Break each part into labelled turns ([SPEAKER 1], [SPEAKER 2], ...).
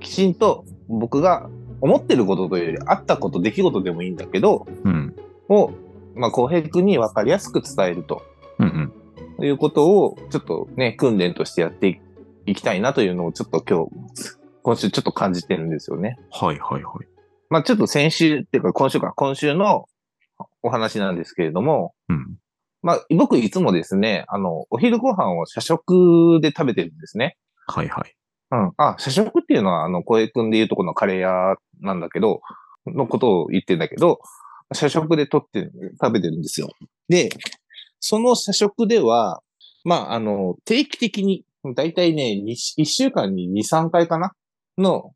[SPEAKER 1] きちんと僕が思ってることというより、あったこと、出来事でもいいんだけど、
[SPEAKER 2] うん。
[SPEAKER 1] を、まあ、浩平君に分かりやすく伝えると
[SPEAKER 2] うんうん。
[SPEAKER 1] いうことを、ちょっとね、訓練としてやっていきたいなというのを、ちょっと今日、今週ちょっと感じてるんですよね。
[SPEAKER 2] はいはいはい。
[SPEAKER 1] まあ、ちょっと先週っていうか、今週か、今週のお話なんですけれども、
[SPEAKER 2] うん。
[SPEAKER 1] まあ、僕いつもですね、あの、お昼ご飯を社食で食べてるんですね。
[SPEAKER 2] はいはい。
[SPEAKER 1] うん。あ、社食っていうのは、あの、小江くんで言うとこのカレー屋なんだけど、のことを言ってんだけど、社食で取って、食べてるんですよ。で、その社食では、まあ、あの、定期的に、だいたいね、1週間に2、3回かなの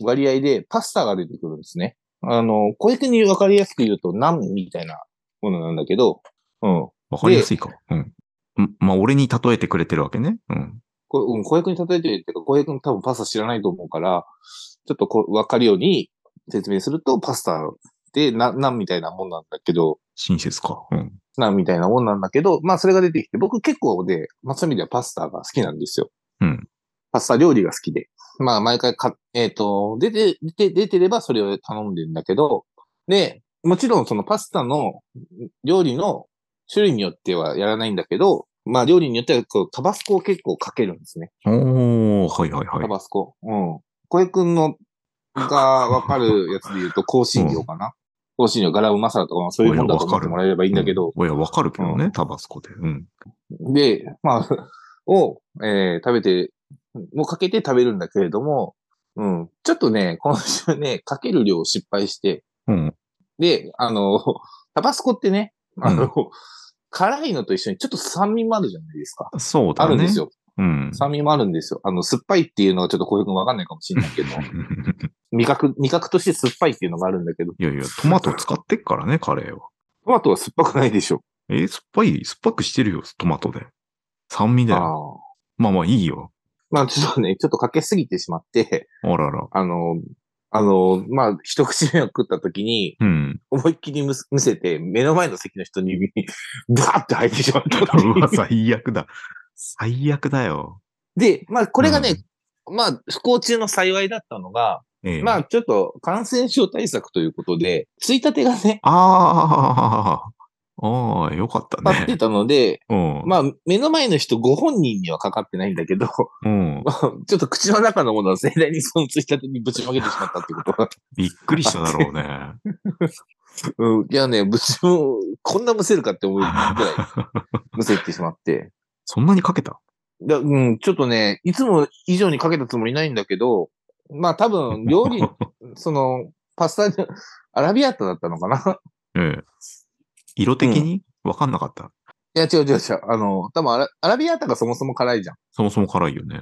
[SPEAKER 1] 割合でパスタが出てくるんですね。あの、小江くんにわかりやすく言うと、ナムみたいなものなんだけど、うん。
[SPEAKER 2] わかりやすいか。うん。んまあ、俺に例えてくれてるわけね。うん。
[SPEAKER 1] こうん、小平君に例えてるっていうか、小平君多分パスタ知らないと思うから、ちょっとこう、わかるように説明すると、パスタで、な、なんみたいなもんなんだけど、
[SPEAKER 2] 親切か。うん。
[SPEAKER 1] なんみたいなもんなんだけど、まあそれが出てきて、僕結構で、まあそういう意味ではパスタが好きなんですよ。
[SPEAKER 2] うん。
[SPEAKER 1] パスタ料理が好きで。まあ毎回か、えっ、と、出て、出て、出てればそれを頼んでんだけど、で、もちろんそのパスタの料理の種類によってはやらないんだけど、まあ料理によってはこうタバスコを結構かけるんですね。
[SPEAKER 2] おー、はいはいは
[SPEAKER 1] タ
[SPEAKER 2] い。
[SPEAKER 1] バスコ。うん。小江くんのがわかるやつで言う と、香辛料かな。香辛料、ガラムマサラとかもそういうもんだと思ってもらえればいいんだけど、
[SPEAKER 2] うんいや、わかるけどね、タバスコで。うん。
[SPEAKER 1] で、まあ、 を、えー食べて、もうかけて食べるんだけれども、うん。ちょっとね、今週ね、 かける量を失敗して、
[SPEAKER 2] うん。
[SPEAKER 1] で、あの、タバスコってね、あの、
[SPEAKER 2] う
[SPEAKER 1] 辛いのと一緒にちょっと酸味もあるじゃないですか。
[SPEAKER 2] そうだ
[SPEAKER 1] あ
[SPEAKER 2] ね。
[SPEAKER 1] るんです。よ。
[SPEAKER 2] うん。
[SPEAKER 1] 酸味もあるんですよ。あの、酸っぱいっていうのはちょっと小江くんわかんないかもしれないけど。味覚、味覚として酸っぱいっていうのがあるんだけど、
[SPEAKER 2] いやいや、トマト使ってっからね、カレーは。
[SPEAKER 1] トマトは酸っぱくないでしょ。
[SPEAKER 2] えー酸っぱい、酸っぱくしてるよ、トマトで。酸味だよ。
[SPEAKER 1] ああ。
[SPEAKER 2] まあまあいいよ。
[SPEAKER 1] まあちょっとね、ちょっとかけすぎてしまって、
[SPEAKER 2] あらら。
[SPEAKER 1] あの、あの、まあ、一口目を食った時に、
[SPEAKER 2] うん。
[SPEAKER 1] 思いっきりむすむせて、目の前の席の人に、 ブワーって入ってしまったっていう
[SPEAKER 2] うわ、最悪だ。最悪だよ。
[SPEAKER 1] で、まあ、これがね、まあ、不幸中の幸いだったのが、
[SPEAKER 2] ええ
[SPEAKER 1] まあ、ちょっと感染症対策ということで、ついたてがね、
[SPEAKER 2] ああ、ああ、よかった
[SPEAKER 1] 立って
[SPEAKER 2] ね。
[SPEAKER 1] たので、
[SPEAKER 2] うん。
[SPEAKER 1] まあ、目の前の人ご本人にはかかってないんだけど、
[SPEAKER 2] うん。
[SPEAKER 1] まあちょっと口の中のものは盛大にそのついたてにぶちまけてしまったってこと。
[SPEAKER 2] びっくりしただろうね。
[SPEAKER 1] うん、いやね、ぶちも、こんなむせるかって思うぐらいむせてしまって。
[SPEAKER 2] そんなにかけた
[SPEAKER 1] だうん、ちょっとね、いつも以上にかけたつもりないんだけど、まあ多分、料 理、その、パスタに、アラビアータだったのかな
[SPEAKER 2] ええ。色的にわかんなかった。
[SPEAKER 1] いや、違う違う違う。あの、多分アラ、アラビアータがそもそも辛いじゃん。
[SPEAKER 2] そもそも辛いよね。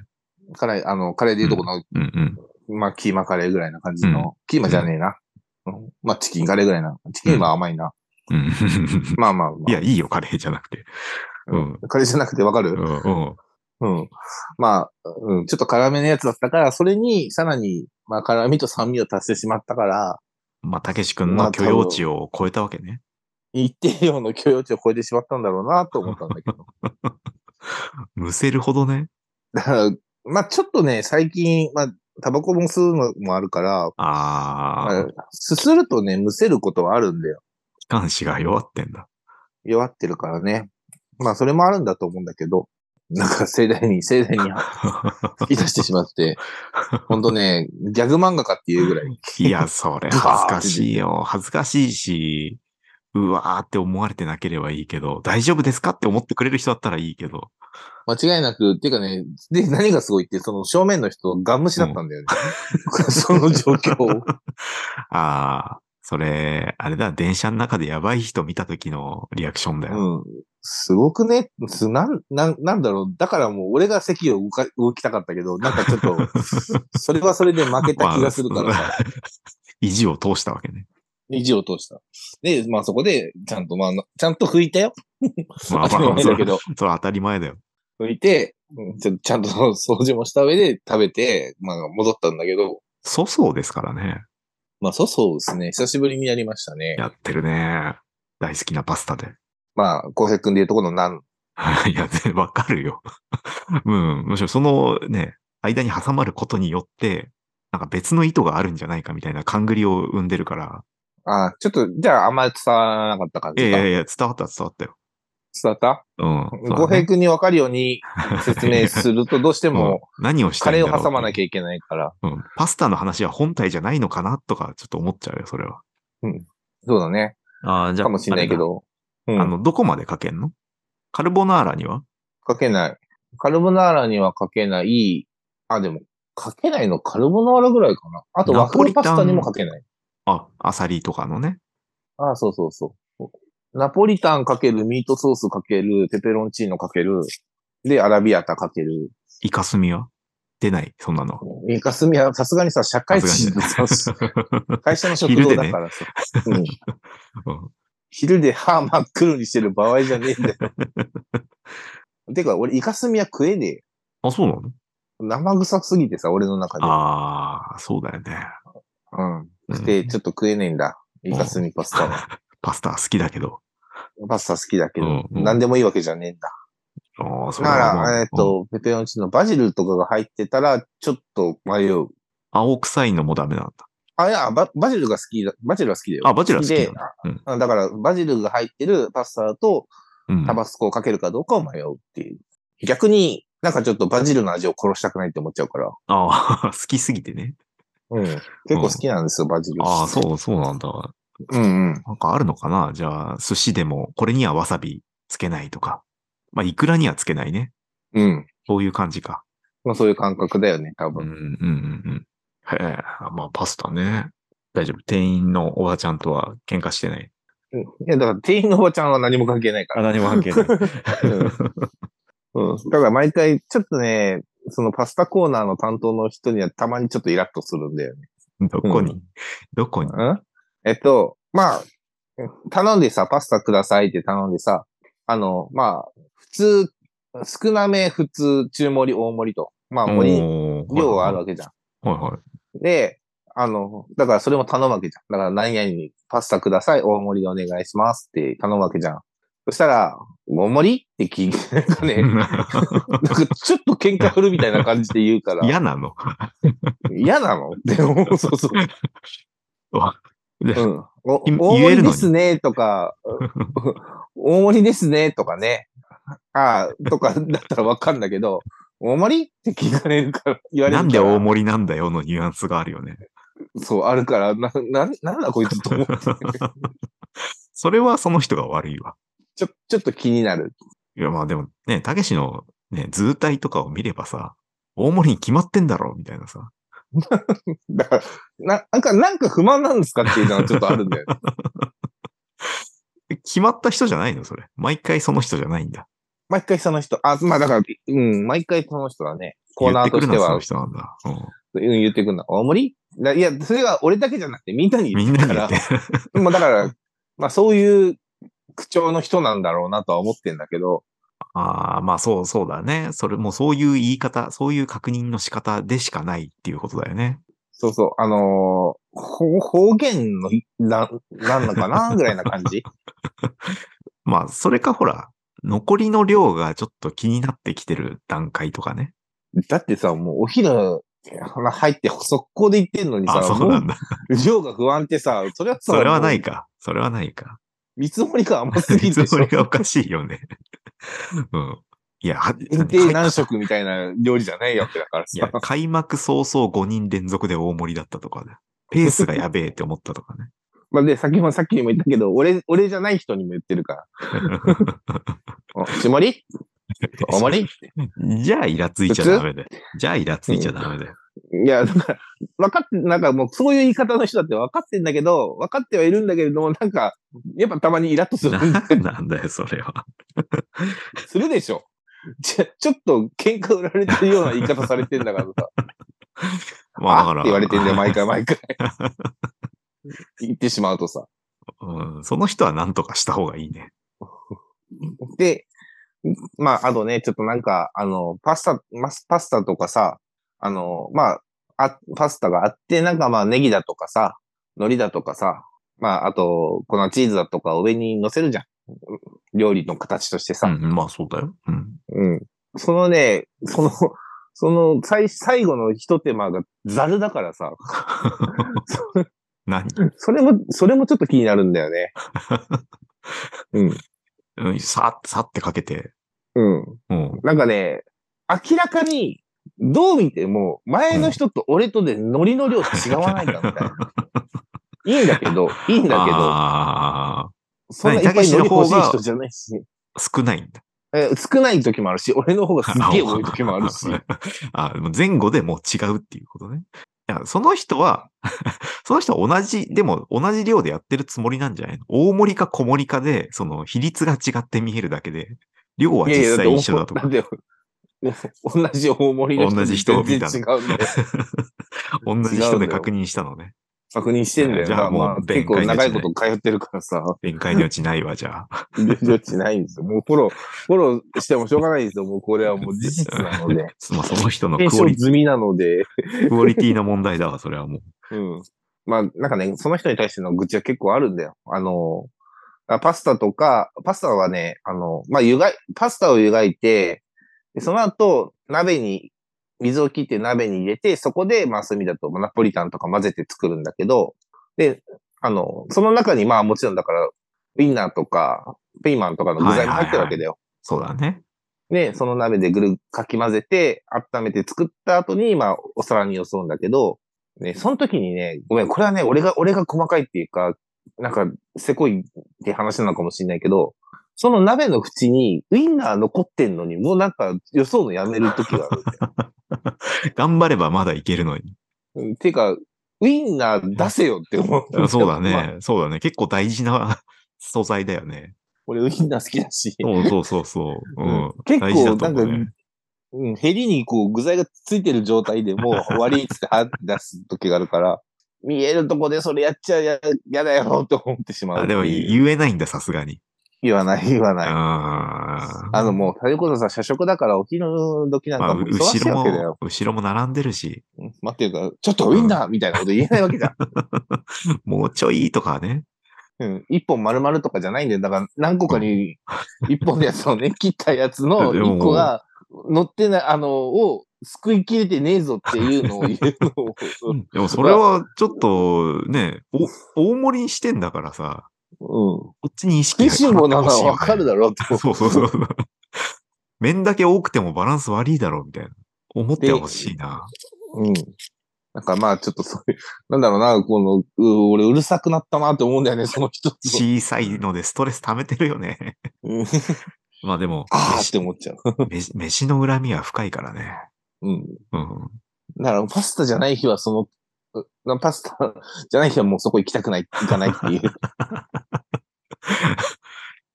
[SPEAKER 1] 辛い、あの、カレーでいうとこの、
[SPEAKER 2] うんうん。
[SPEAKER 1] まあ、キーマカレーぐらいな感じの、
[SPEAKER 2] う
[SPEAKER 1] キーマじゃねえな。うんまあ、チキンカレーぐらいな。チキンは甘いな。
[SPEAKER 2] うん
[SPEAKER 1] まあまあまあ。
[SPEAKER 2] いや、いいよ、カレーじゃなくて。うん。
[SPEAKER 1] カレーじゃなくてわかる
[SPEAKER 2] うん。うん
[SPEAKER 1] うん。まあ、うん、ちょっと辛めのやつだったから、それに、さらに、まあ、辛みと酸味を足してしまったから、
[SPEAKER 2] まあ、たけし君
[SPEAKER 1] まあ
[SPEAKER 2] の許容値を超えたわけね。
[SPEAKER 1] 一定量の許容値を超えてしまったんだろうな、と思ったんだけど。
[SPEAKER 2] むせるほどね。
[SPEAKER 1] だから、まあ、ちょっとね、最近、まあ、タバコも吸うのもあるから、ま
[SPEAKER 2] あ
[SPEAKER 1] あ
[SPEAKER 2] あ、
[SPEAKER 1] すするとね、むせることはあるんだよ。
[SPEAKER 2] 気管支が弱って んだ。
[SPEAKER 1] 弱ってるからね。まあ、それもあるんだと思うんだけど、なんか盛大に、盛大に吹き出してしまって、ほんとね、ギャグ漫画かっていうぐらい、
[SPEAKER 2] いや、それ恥ずかしいよ。恥ずかしいし、うわーって思われてなければいいけど、大丈夫ですかって思ってくれる人だったらいいけど。
[SPEAKER 1] 間違いなく、っていうかね、で、何がすごいって、その正面の人、ガン無視だったんだよね。 その状況 を。
[SPEAKER 2] ああ、それ、あれだ、電車の中でやばい人見た時のリアクションだよ。
[SPEAKER 1] うん。すごくね、すなん、なん、なんだろう。だからもう、俺が席を動か、動きたかったけど、なんかちょ っと、それはそれで負けた気がするからさ、
[SPEAKER 2] 意地を通したわけね。
[SPEAKER 1] 意地を通した。で、まあそこで、ちゃんと、まあ、ちゃんと拭いたよ。
[SPEAKER 2] まあ
[SPEAKER 1] 当たり
[SPEAKER 2] まあ、
[SPEAKER 1] 前
[SPEAKER 2] そ
[SPEAKER 1] だけ
[SPEAKER 2] れ
[SPEAKER 1] ど、
[SPEAKER 2] それ当たり前だよ。
[SPEAKER 1] 拭いて、うんちょちゃんと 掃除もした上で食べて、まあ戻ったんだけど、
[SPEAKER 2] 粗相ですからね。
[SPEAKER 1] まあそうそうですね。久しぶりにやりましたね。
[SPEAKER 2] やってるね。大好きなパスタで。
[SPEAKER 1] まあ、浩平君でいうとこのなん、
[SPEAKER 2] いや、全わ かるよ。うん。むしろそのね、間に挟まることによって、なんか別の意図があるんじゃないかみたいな勘繰りを生んでるから。
[SPEAKER 1] ああ、ちょっと、じゃああんまり伝わらなかった感
[SPEAKER 2] いや
[SPEAKER 1] じ
[SPEAKER 2] い
[SPEAKER 1] か。
[SPEAKER 2] やいや、伝わった伝わったよ。
[SPEAKER 1] 伝わった
[SPEAKER 2] うん。
[SPEAKER 1] 浩平君に分かるように説明すると、どうして
[SPEAKER 2] て
[SPEAKER 1] も、
[SPEAKER 2] 何をした
[SPEAKER 1] カ
[SPEAKER 2] いん
[SPEAKER 1] レ
[SPEAKER 2] だろ
[SPEAKER 1] ー
[SPEAKER 2] うって
[SPEAKER 1] を挟まなきゃいけないから。
[SPEAKER 2] うん。パスタの話は本体じゃないのかなとか、ちょっと思っちゃうよ、それは。
[SPEAKER 1] そうだね。
[SPEAKER 2] ああ、じ
[SPEAKER 1] かもしれないけ。ど。う
[SPEAKER 2] あ
[SPEAKER 1] ん。
[SPEAKER 2] の、どこまでかけんのカルボナーラには
[SPEAKER 1] かけない。カルボナーラにはかけない。あ、でも、かけないのカルボナーラぐらいかな。あと、ワッフルパスタにもかけない。
[SPEAKER 2] あ、アサリとかのね。
[SPEAKER 1] あそうそうそう。ナポリタンかける、ミートソースかける、ペペロンチーノかける、で、アラビアータかける。
[SPEAKER 2] イカスミは出ない、そんなの。
[SPEAKER 1] イカスミはさすがにさ、社会人の
[SPEAKER 2] さす
[SPEAKER 1] さ、
[SPEAKER 2] がにね
[SPEAKER 1] 会社の食堂だからさ。うん
[SPEAKER 2] うん
[SPEAKER 1] 昼で歯真っ黒にしてる場合じゃね えんだよ。てか、俺、イカスミは食えねえよ。
[SPEAKER 2] あ、そうなの
[SPEAKER 1] 生臭すぎてさ、俺の中で。
[SPEAKER 2] ああ、そうだよね。
[SPEAKER 1] う。
[SPEAKER 2] うんん
[SPEAKER 1] して、ちょっと食えねえんだ。イカスミパスタは。
[SPEAKER 2] パスタ好きだけど。
[SPEAKER 1] パスタ好きだけど、
[SPEAKER 2] うんうん
[SPEAKER 1] 何でもいいわけじゃねえんだ。
[SPEAKER 2] ああ、そ
[SPEAKER 1] だ
[SPEAKER 2] れはまあ
[SPEAKER 1] から、えっ、と、ペペロンチーノ、バジルとかが入ってたら、ちょっと迷う。
[SPEAKER 2] 青臭いのもダメなんだ。
[SPEAKER 1] あ、いや、ババジルが好きだ。バジルは好きだよ。
[SPEAKER 2] あバジルは好きなんだ
[SPEAKER 1] で
[SPEAKER 2] うん
[SPEAKER 1] あだから、バジルが入ってるパスタと
[SPEAKER 2] うん。
[SPEAKER 1] タバスコをかけるかどうかを迷うっていう。逆に、なんかちょっとバジルの味を殺したくないって思っちゃうから。
[SPEAKER 2] ああ、好きすぎてね。
[SPEAKER 1] うん。結構好きなんですよ、バジル。
[SPEAKER 2] ああ、そう、そうなんだ。
[SPEAKER 1] う。うんうん。
[SPEAKER 2] なんかあるのかなじゃあ、寿司でも、これにはわさびつけないとか。まあ、いくらにはつけないね。
[SPEAKER 1] うん。
[SPEAKER 2] そういう感じか。
[SPEAKER 1] まあそういう感覚だよね、多
[SPEAKER 2] うん、う
[SPEAKER 1] 分。
[SPEAKER 2] ん、うん。うん。へえ、まあ、パスタね。大丈夫。店員のおばちゃんとは喧嘩してない。
[SPEAKER 1] うんいや、だから店員のおばちゃんは何も関係ないから。
[SPEAKER 2] 何も関係ない。
[SPEAKER 1] うん。だから毎回、ちょっとね、そのパスタコーナーの担当の人にはたまにちょっとイラッとするんだよね。
[SPEAKER 2] どこに、
[SPEAKER 1] う
[SPEAKER 2] どこに
[SPEAKER 1] うんえっと、まあ、頼んでさ、パスタくださいって頼んでさ、あの、まあ、普通、少なめ、普通、中盛り、大盛りと。まあ、盛り、
[SPEAKER 2] おー
[SPEAKER 1] 量はあるわけじゃん。
[SPEAKER 2] はいはい。
[SPEAKER 1] で、あの、だからそれも頼むわけじゃん。だから何々にパスタください、大盛りでお願いしますって頼むわけじゃん。そしたら、大盛りって聞いて、なんかね、 なんかちょっと喧嘩振るみたいな感じで言うから、
[SPEAKER 2] 嫌な の
[SPEAKER 1] 嫌なのでも、そうそう。う
[SPEAKER 2] で
[SPEAKER 1] ん。お大
[SPEAKER 2] い言え
[SPEAKER 1] 盛りで
[SPEAKER 2] るのに
[SPEAKER 1] すね、と か、大盛りですね、とかね。ああ、とかだったらわかんだけど、大盛りって聞かれるから、言われるから。
[SPEAKER 2] なんで大盛りなんだよのニュアンスがあるよね。
[SPEAKER 1] りそう、あるから、な、な、なんだこいつ と思って。
[SPEAKER 2] それはその人が悪いわ。
[SPEAKER 1] ちょ、ちょっと気になる。
[SPEAKER 2] いやまあでもね、たけしのね、図体とかを見ればさ、大盛りに決まってんだろみたいなさ。
[SPEAKER 1] だから、な、なんか、なんか不満なんですかっていうのはちょっとあるんだよ ね。
[SPEAKER 2] 決まった人じゃないのそれ。毎回その人じゃないんだ。
[SPEAKER 1] 毎回その人、あ、まあだから、うん、毎回その人だね。コーナーとして
[SPEAKER 2] 言
[SPEAKER 1] は
[SPEAKER 2] っ、てくるのはその人なんだ。
[SPEAKER 1] うん、言ってくるの。大盛りだいや、それは俺だけじゃなくてみんなに
[SPEAKER 2] うん、みん
[SPEAKER 1] 言っ
[SPEAKER 2] な
[SPEAKER 1] て
[SPEAKER 2] に
[SPEAKER 1] か
[SPEAKER 2] 言っ
[SPEAKER 1] ら、
[SPEAKER 2] て。
[SPEAKER 1] まあだから、まあそういう口調の人なんだろうなとは思ってんだけど、
[SPEAKER 2] ああ、まあそう、そうだね。それもうそういう言い方、そういう確認の仕方でしかないっていうことだよね。
[SPEAKER 1] そうそう、あのーほ方言の、な、なんのかなぐらいな感 じ。
[SPEAKER 2] まあ、それかほら、残りの量がちょっと気になってきてる段階とかね。
[SPEAKER 1] だってさ、もうお昼、入って速攻で行ってんのにさ
[SPEAKER 2] あ、、そうなんだ。
[SPEAKER 1] もう量が不安ってさ、それはさ
[SPEAKER 2] それはないか。それはないか。
[SPEAKER 1] 見積もりが甘すぎ
[SPEAKER 2] 見
[SPEAKER 1] るでし
[SPEAKER 2] 積もり
[SPEAKER 1] ょ。
[SPEAKER 2] がおかしいよね。 うん。いや、は
[SPEAKER 1] 限定何食みたいな料理じゃないわけだから
[SPEAKER 2] いや、
[SPEAKER 1] さ。
[SPEAKER 2] 開幕早々5人連続で大盛りだったとかね。ペースがやべえって思ったとかね。
[SPEAKER 1] まあで、さっきもさっきも言ったけど、俺、俺じゃない人にも言ってるから。 お、しもりおもり
[SPEAKER 2] じゃあ、イラついちゃダメだよ。じゃあ、イラついちゃダメだよ。
[SPEAKER 1] いや、だから、分かって、なんかもうそういう言い方の人だって分かってんだけど、分かってはいるんだけれども、なんか、やっぱたまにイラッとする
[SPEAKER 2] な。ん なんだよ、それは。
[SPEAKER 1] するでしょ。ちょ、ちょっと喧嘩売られてるような言い方されてんだからさ。
[SPEAKER 2] まあ、だから。
[SPEAKER 1] って言われてんだよ、毎回毎回。 言ってしまうとさ。
[SPEAKER 2] うん、その人は何とかした方がいいね。
[SPEAKER 1] で、まあ、あとね、ちょっとなんか、あの、パスタ、マスパスタとかさ、あの、まあ、あ、パスタがあって、なんかまあ、ネギだとかさ、海苔だとかさ、まあ、あと、粉チーズだとかを上に乗せるじゃん。料理の形として
[SPEAKER 2] う
[SPEAKER 1] さ。
[SPEAKER 2] ん、まあ、そうだよ。うん。
[SPEAKER 1] うん。そのね、その、その最、最後の一手間がザルだからさ、
[SPEAKER 2] 何
[SPEAKER 1] それも、それもちょっと気になるんだよね。うん、
[SPEAKER 2] うんさっ、さってかけて。
[SPEAKER 1] うん。
[SPEAKER 2] うん。
[SPEAKER 1] なんかね、明らかに、どう見ても、前の人と俺とでノリの量違わないかみたいな。いいんだけど、いいんだけど、
[SPEAKER 2] あ
[SPEAKER 1] そんないっぱいノリ欲しい人じゃないし、
[SPEAKER 2] あ、少ないんだ。
[SPEAKER 1] え少ない時もあるし、俺の方がすっげえ多い時もあるし、
[SPEAKER 2] あもう前後でもう違うっていうことね。いやその人は、 その人は同じ、でも同じ量でやってるつもりなんじゃないの大盛りか小盛りかで、その比率が違って見えるだけで、量はい
[SPEAKER 1] やいや、
[SPEAKER 2] 実
[SPEAKER 1] だ
[SPEAKER 2] 際一緒だとか、
[SPEAKER 1] って お同じ大盛りの人
[SPEAKER 2] 同じ人を見た
[SPEAKER 1] 全然違うんで、
[SPEAKER 2] 同じ人で確認したのね。
[SPEAKER 1] 確認してんだよ。
[SPEAKER 2] じゃあもう
[SPEAKER 1] まあ
[SPEAKER 2] 弁
[SPEAKER 1] 結
[SPEAKER 2] 解
[SPEAKER 1] 構
[SPEAKER 2] ですね
[SPEAKER 1] 長いこと通ってるからさ、
[SPEAKER 2] 弁解の余地ないわ、じゃあ。
[SPEAKER 1] 余地ないんですよ。もうフォロー、フォローしてもしょうがないんですよ。もうこれはもう事実なので。
[SPEAKER 2] まあその人の
[SPEAKER 1] 検
[SPEAKER 2] クオ
[SPEAKER 1] 証
[SPEAKER 2] リ
[SPEAKER 1] 済みなので、
[SPEAKER 2] クオリティの問題だわ、それはもう。
[SPEAKER 1] うん。まあ、なんかね、その人に対しての愚痴は結構あるんだよ。あの、あパスタとか、パスタはね、あの、まあ、湯がい、パスタを湯がいて、でその後、鍋に、水を切って鍋に入れて、そこで、まあ、炭だと、まあナポリタンとか混ぜて作るんだけど、で、あの、その中に、まあ、もちろんだから、ウインナーとか、ピーマンとかの具材も入ってるわけだよ。
[SPEAKER 2] そうだね。
[SPEAKER 1] で、その鍋でぐるかき混ぜて、温めて作った後に、まあ、お皿によそうんだけど、ね、その時にね、ごめん、これはね、俺が、俺が細かいっていうか、なんか、せこいって話なのかもしれないけど、その鍋の縁にウインナー残ってんのに、もうなんか、よそうのやめる時がある。
[SPEAKER 2] 頑張ればまだいけるのに。
[SPEAKER 1] うんていうか、ウインナー出せよって思う。
[SPEAKER 2] そうだ
[SPEAKER 1] まあ
[SPEAKER 2] ね。そうだね。結構大事な 素材だよね。
[SPEAKER 1] 俺ウインナー好きだし。
[SPEAKER 2] そうそうそ うそう。うん。
[SPEAKER 1] 結
[SPEAKER 2] 大事
[SPEAKER 1] 構、
[SPEAKER 2] だと
[SPEAKER 1] なん
[SPEAKER 2] 思
[SPEAKER 1] か、
[SPEAKER 2] うね。
[SPEAKER 1] うん、ヘリにこう具材がついてる状態で もう終わりっつってはって出す時があるから、見えるとこでそれやっちゃややだよと思ってしまう
[SPEAKER 2] あでも
[SPEAKER 1] っていう
[SPEAKER 2] 言えないんだ、さすがに。
[SPEAKER 1] 言わない言わない。
[SPEAKER 2] あー
[SPEAKER 1] あのもう、それこそさ、社食だからお昼時なん
[SPEAKER 2] ま
[SPEAKER 1] か
[SPEAKER 2] あ、う
[SPEAKER 1] も忙しい
[SPEAKER 2] 後ろ
[SPEAKER 1] わけだよ
[SPEAKER 2] も。、後ろも並んでるし、
[SPEAKER 1] うん待ってるから、ちょっとウインナーみたいなこと言えないわけじゃん。
[SPEAKER 2] もうちょいとかね。
[SPEAKER 1] うん。一本丸々とかじゃないんだよ。だから何個かに、一本のやつをね、切ったやつ の一個が乗ってない、あの、を、救いきれてねえぞっていうのを言うのを。
[SPEAKER 2] でもそれはちょっとね、お大盛りにしてんだからさ、
[SPEAKER 1] うん。
[SPEAKER 2] こっちに意識
[SPEAKER 1] 食い
[SPEAKER 2] が
[SPEAKER 1] しん坊なのはわかるだ
[SPEAKER 2] ろ。
[SPEAKER 1] ろうと。
[SPEAKER 2] そうそうそう。麺だけ多くてもバランス悪いだろ、みたいな。思ってほしいな。
[SPEAKER 1] うん。なんかまあちょっとそういう、なんだろうな、この、う俺うるさくなったなって思うんだよね、その人と。
[SPEAKER 2] 小さいのでストレス溜めてるよね。
[SPEAKER 1] うん
[SPEAKER 2] まあでも、
[SPEAKER 1] ああって
[SPEAKER 2] 飯
[SPEAKER 1] 思っちゃう。
[SPEAKER 2] 飯飯の恨みは深いからね。
[SPEAKER 1] うん。
[SPEAKER 2] うん。
[SPEAKER 1] だからパスタじゃない日はその、うパスタじゃない日はもうそこ行きたくない、行かないっていう。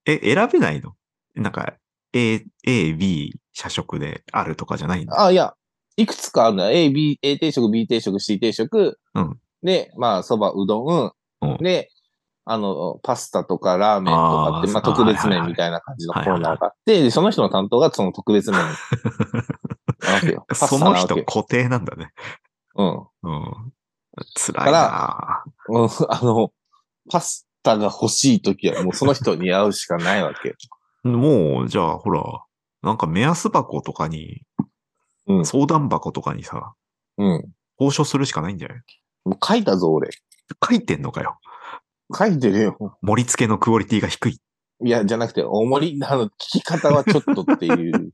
[SPEAKER 2] え、選べないのなんか、A、A、B、社食であるとかじゃないの
[SPEAKER 1] ああ、いや、いくつかあるんだよ。A、B、A 定食、B 定食、C 定食。
[SPEAKER 2] うん
[SPEAKER 1] で、まあ、そば、うどん。
[SPEAKER 2] うん
[SPEAKER 1] で、あの、パスタとかラーメンとかって、
[SPEAKER 2] あー
[SPEAKER 1] まあ、
[SPEAKER 2] そう
[SPEAKER 1] 特別
[SPEAKER 2] はいはいは
[SPEAKER 1] 麺
[SPEAKER 2] い。
[SPEAKER 1] みたいな感じのコーナーがあって、でその人の担当がその特別麺なわけよ
[SPEAKER 2] そ
[SPEAKER 1] パスタ
[SPEAKER 2] の人
[SPEAKER 1] なわけ
[SPEAKER 2] 固定なんだね。
[SPEAKER 1] よ
[SPEAKER 2] うん。辛い
[SPEAKER 1] だ
[SPEAKER 2] なぁ
[SPEAKER 1] うん。 うん。あの、パスタが欲しいときは、もうその人に会うしかないわけよ。
[SPEAKER 2] もう、じゃあ、ほら、なんか目安箱とかに、
[SPEAKER 1] うん
[SPEAKER 2] 相談箱とかにさ、
[SPEAKER 1] うん。
[SPEAKER 2] 交渉するしかないんじゃない
[SPEAKER 1] もう書いたぞ、俺。
[SPEAKER 2] 書いてんのかよ。
[SPEAKER 1] 書いてるよ。
[SPEAKER 2] 盛り付けのクオリティが低い。
[SPEAKER 1] いや、じゃなくて、大盛り、あの、聞き方はちょっとっていう。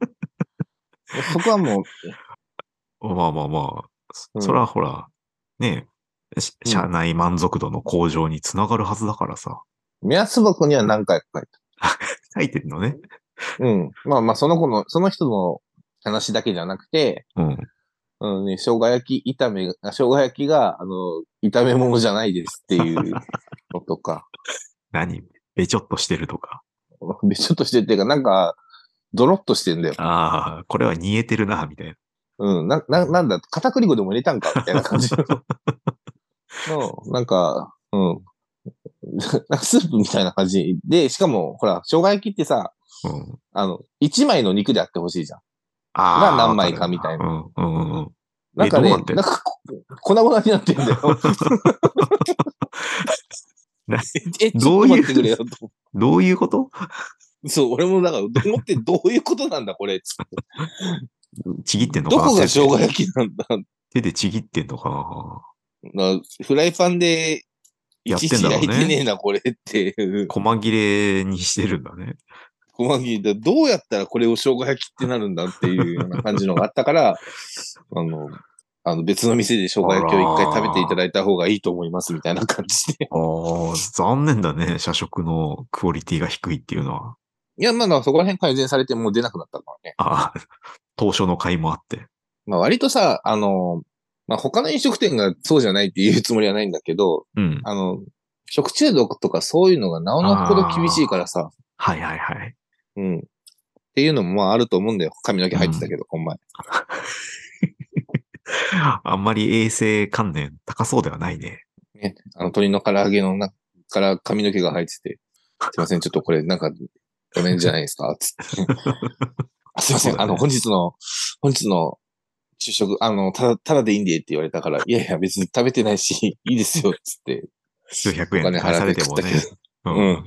[SPEAKER 1] そこはもう、
[SPEAKER 2] まあまあまあ、そ
[SPEAKER 1] うん
[SPEAKER 2] それはほら、ねえ、し
[SPEAKER 1] うん
[SPEAKER 2] 社内満足度の向上につながるはずだからさ、
[SPEAKER 1] 目安箱には何回か書い
[SPEAKER 2] 書いてんのね。
[SPEAKER 1] た。うん。まあまあ、その子の、その人の話だけじゃなくて、
[SPEAKER 2] うん。
[SPEAKER 1] うんね、生姜焼き炒め、あ生姜焼きが、あの、炒め物じゃないですっていうのとか、
[SPEAKER 2] 何べちょっとしてるとか。
[SPEAKER 1] べちょっとしてるっていうか、なんか、ドロッとしてんだよ。
[SPEAKER 2] ああ、これは煮えてるな、みたいな。
[SPEAKER 1] うん、な、な、なんだ、片栗粉でも入れたんかみたいな感じの。の なんか、うん。 なんかスープみたいな感じで、しかも、ほら、生姜焼きってさ、
[SPEAKER 2] うん。
[SPEAKER 1] あの、一枚の肉であってほしいじゃん。
[SPEAKER 2] あ
[SPEAKER 1] が
[SPEAKER 2] あ。
[SPEAKER 1] 何枚かみたいな
[SPEAKER 2] わかるな。うんうんうんうん。
[SPEAKER 1] なんかね、な
[SPEAKER 2] えどうなっ
[SPEAKER 1] ん
[SPEAKER 2] てんの
[SPEAKER 1] かこ、粉々になってんだよ。
[SPEAKER 2] な
[SPEAKER 1] え、ち
[SPEAKER 2] ど
[SPEAKER 1] ょっと
[SPEAKER 2] うい
[SPEAKER 1] 待
[SPEAKER 2] う
[SPEAKER 1] ってくれよと思
[SPEAKER 2] どういうこと
[SPEAKER 1] う。そう、俺もだから、思ってどういうことなんだ、これ。つって
[SPEAKER 2] ちぎってんのか
[SPEAKER 1] ど
[SPEAKER 2] な
[SPEAKER 1] こが
[SPEAKER 2] 手
[SPEAKER 1] 生姜焼きなんだ
[SPEAKER 2] 手でちぎってんのかな
[SPEAKER 1] なフライパンで、い
[SPEAKER 2] やっ
[SPEAKER 1] ち
[SPEAKER 2] て
[SPEAKER 1] い
[SPEAKER 2] んだ
[SPEAKER 1] ち
[SPEAKER 2] ろうね
[SPEAKER 1] 焼いてねえな、これっていう。
[SPEAKER 2] 細切れにしてるんだね。
[SPEAKER 1] 細切りでどうやったらこれを生姜焼きってなるんだっていうような感じのがあったから、 あの、あの別の店で生姜焼きを一回食べていただいた方がいいと思いますみたいな感じで。
[SPEAKER 2] ああ、残念だね。社食のクオリティが低いっていうのは。
[SPEAKER 1] いや、まだそこら辺改善されてもう出なくなったからね。
[SPEAKER 2] ああ、当初の会もあって。
[SPEAKER 1] まあ割とさ、あの、まあ他の飲食店がそうじゃないって言うつもりはないんだけど、
[SPEAKER 2] うん。
[SPEAKER 1] あの、食中毒とかそういうのがなおのほど厳しいからさ、
[SPEAKER 2] はいはいはい。
[SPEAKER 1] うん。っていうのもまああると思うんだよ。髪の毛入ってたけど、この前。
[SPEAKER 2] あんまり衛生観念高そうではないね。
[SPEAKER 1] ね、あの、鶏の唐揚げの中から髪の毛が生えてて、すいません、ちょっとこれなんか、ごめんじゃないですか、つ って。あすいません、あの、本日の、本日の昼食、あの、ただ、ただでいいんでって言われたから、いやいや、別に食べてないし、 いいですよ、つって。
[SPEAKER 2] 数百
[SPEAKER 1] お
[SPEAKER 2] 円
[SPEAKER 1] 金
[SPEAKER 2] で返さ
[SPEAKER 1] 払
[SPEAKER 2] れ
[SPEAKER 1] って
[SPEAKER 2] て
[SPEAKER 1] 食
[SPEAKER 2] も
[SPEAKER 1] った
[SPEAKER 2] ね
[SPEAKER 1] けど、。
[SPEAKER 2] うん
[SPEAKER 1] う
[SPEAKER 2] うん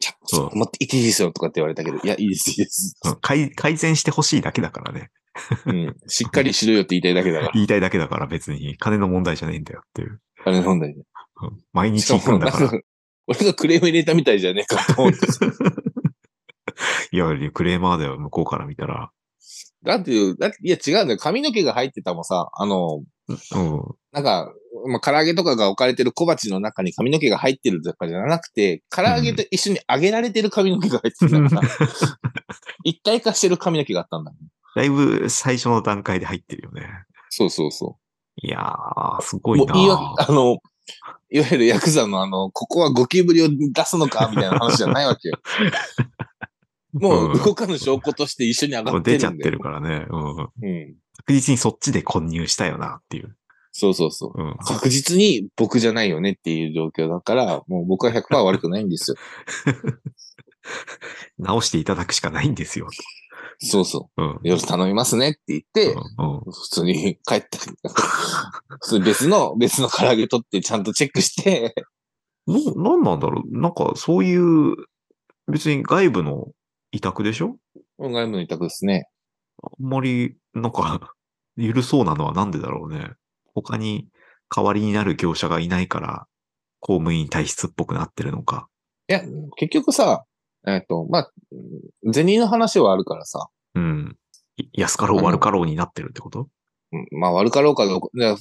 [SPEAKER 1] ちょっ
[SPEAKER 2] そう
[SPEAKER 1] と持っていていいですよ、とかって言われたけど、いや、いいです、いいです。
[SPEAKER 2] 改改善してほしいだけだからね。
[SPEAKER 1] うん。しっかりしろよって言いたいだけだから、
[SPEAKER 2] 言いたいだけだから別に金の問題じゃないんだよっていう。
[SPEAKER 1] あれ飲んだりね。
[SPEAKER 2] うん毎日
[SPEAKER 1] しか
[SPEAKER 2] 行く
[SPEAKER 1] も、
[SPEAKER 2] ん
[SPEAKER 1] な
[SPEAKER 2] だ
[SPEAKER 1] ん
[SPEAKER 2] から
[SPEAKER 1] か。、 俺がクレーム入れたみたいじゃねえかと思 って。
[SPEAKER 2] いや、クレーマーだよ、向こうから見たら。
[SPEAKER 1] だって、だって、いや違うんだよ。髪の毛が入ってたもんさ、あの、
[SPEAKER 2] うん。
[SPEAKER 1] なんか、まあ、唐揚げとかが置かれてる小鉢の中に髪の毛が入ってるとかじゃなくて、唐揚げと一緒に揚げられてる髪の毛が入ってたから、 一体化してる髪の毛があったんだ。
[SPEAKER 2] だいぶ最初の段階で入ってるよね。
[SPEAKER 1] そうそうそ
[SPEAKER 2] いやー、す
[SPEAKER 1] う。
[SPEAKER 2] ごいな
[SPEAKER 1] もういいわあの、いわゆるヤクザのあの、ここはゴキブリを出すのかみたいな話じゃないわけ よ。もう動かぬ証拠として一緒に上が
[SPEAKER 2] も
[SPEAKER 1] っ
[SPEAKER 2] う
[SPEAKER 1] てるん
[SPEAKER 2] 出ち
[SPEAKER 1] だ
[SPEAKER 2] ゃ
[SPEAKER 1] よ
[SPEAKER 2] ってるからね。うん。
[SPEAKER 1] うん。
[SPEAKER 2] 確実にそっちで混入したよなっていう。
[SPEAKER 1] そうそうそう。
[SPEAKER 2] うん。
[SPEAKER 1] 確実に僕じゃないよねっていう状況だから、もう僕は100%悪くないんですよ。
[SPEAKER 2] 直していただくしかないんですよ。
[SPEAKER 1] そうそ
[SPEAKER 2] うん。
[SPEAKER 1] う。夜頼みますねって言って、
[SPEAKER 2] うんうん
[SPEAKER 1] 普通に帰った。普通に別の、別の唐揚げ取ってちゃんとチェックして、
[SPEAKER 2] な、なんなんだろうなんか、そういう、別に外部の委託でしょ
[SPEAKER 1] 外部の委託ですね。
[SPEAKER 2] あんまり、なんか、 緩そうなのはなんでだろうね。他に代わりになる業者がいないから、公務員体質っぽくなってるのか。
[SPEAKER 1] いや、結局さ、えっ、と、まあ、銭の話はあるからさ、
[SPEAKER 2] うん。い安かろう悪かろうになってるってこと
[SPEAKER 1] うんまあ悪かろうかどうか、いやうん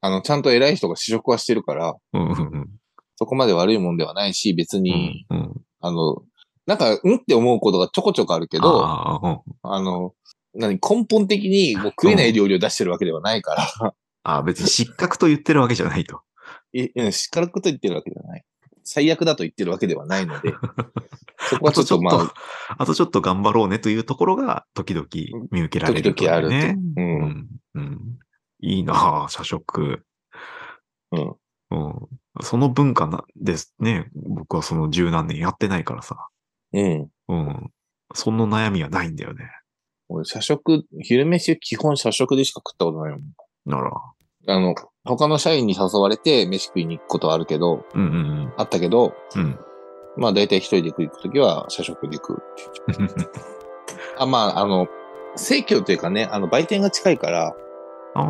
[SPEAKER 1] あの、ちゃんと偉い人が試食はしてるから、
[SPEAKER 2] うんうんうん。
[SPEAKER 1] そこまで悪いもんではないし、別
[SPEAKER 2] う
[SPEAKER 1] に、
[SPEAKER 2] んうん。
[SPEAKER 1] あの、なんか、うんって思うことがちょこちょこあるけど、あ
[SPEAKER 2] ああ、うん
[SPEAKER 1] の、何、根本的にもう食えない料理を出してるわけではないから、
[SPEAKER 2] ああ、別に失格と言ってるわけじゃない と。
[SPEAKER 1] え、うん、しっからくと言ってるわけじゃない。最悪だと言ってるわけではない ので、そこはちょっとまあ、
[SPEAKER 2] あとちょ っと頑張ろうねというところが、時々見受けられる、
[SPEAKER 1] 時々あると
[SPEAKER 2] ね。
[SPEAKER 1] う。
[SPEAKER 2] うんん。うん。いいなあ社食。
[SPEAKER 1] うん。
[SPEAKER 2] うん。その文化なですね。僕はその十何年やってないからさ。
[SPEAKER 1] うん。
[SPEAKER 2] うん。その悩みはないんだよね。
[SPEAKER 1] 俺、社食、昼飯基本社食でしか食ったことないもん。
[SPEAKER 2] なら。
[SPEAKER 1] あの、他の社員に誘われて飯食いに行くことはあるけど、
[SPEAKER 2] うんうん
[SPEAKER 1] あったけど、
[SPEAKER 2] うん。うん。
[SPEAKER 1] まあ大体一人で食いに行くときは社食で食 う。あ、まあ、あの、生協というかね、あの、売店が近いから、
[SPEAKER 2] あ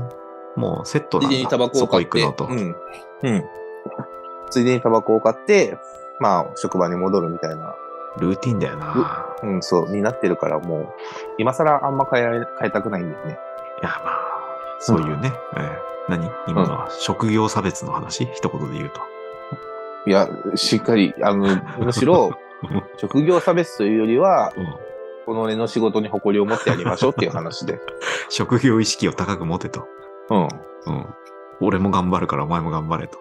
[SPEAKER 2] あ。もうセット
[SPEAKER 1] つい
[SPEAKER 2] なん
[SPEAKER 1] でにタバ
[SPEAKER 2] だ。
[SPEAKER 1] コを
[SPEAKER 2] そこ
[SPEAKER 1] 買っ
[SPEAKER 2] 行く
[SPEAKER 1] て、
[SPEAKER 2] のと。
[SPEAKER 1] うん。うん。ついでにタバコを買って、まあ、職場に戻るみたいな
[SPEAKER 2] ルーティンだよな。
[SPEAKER 1] うん、そう、になってるから、もう、今更あんま変えられ、変えたくないんだよね。
[SPEAKER 2] いや、まあ、そういうね。えー何今のは職業差別の話一言で言うと。
[SPEAKER 1] いや、しっかり、あの、むし ろ、職業差別というよりは、
[SPEAKER 2] うん
[SPEAKER 1] この俺の仕事に誇りを持ってやりましょうっていう話で。
[SPEAKER 2] 職業意識を高く持てと。
[SPEAKER 1] うん。
[SPEAKER 2] うん。俺も頑張るからお前も頑張れと。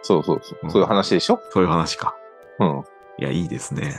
[SPEAKER 1] そうそうそうう。
[SPEAKER 2] ん
[SPEAKER 1] そういう話でしょ
[SPEAKER 2] そういう話か。
[SPEAKER 1] うん。
[SPEAKER 2] いや、いいですね。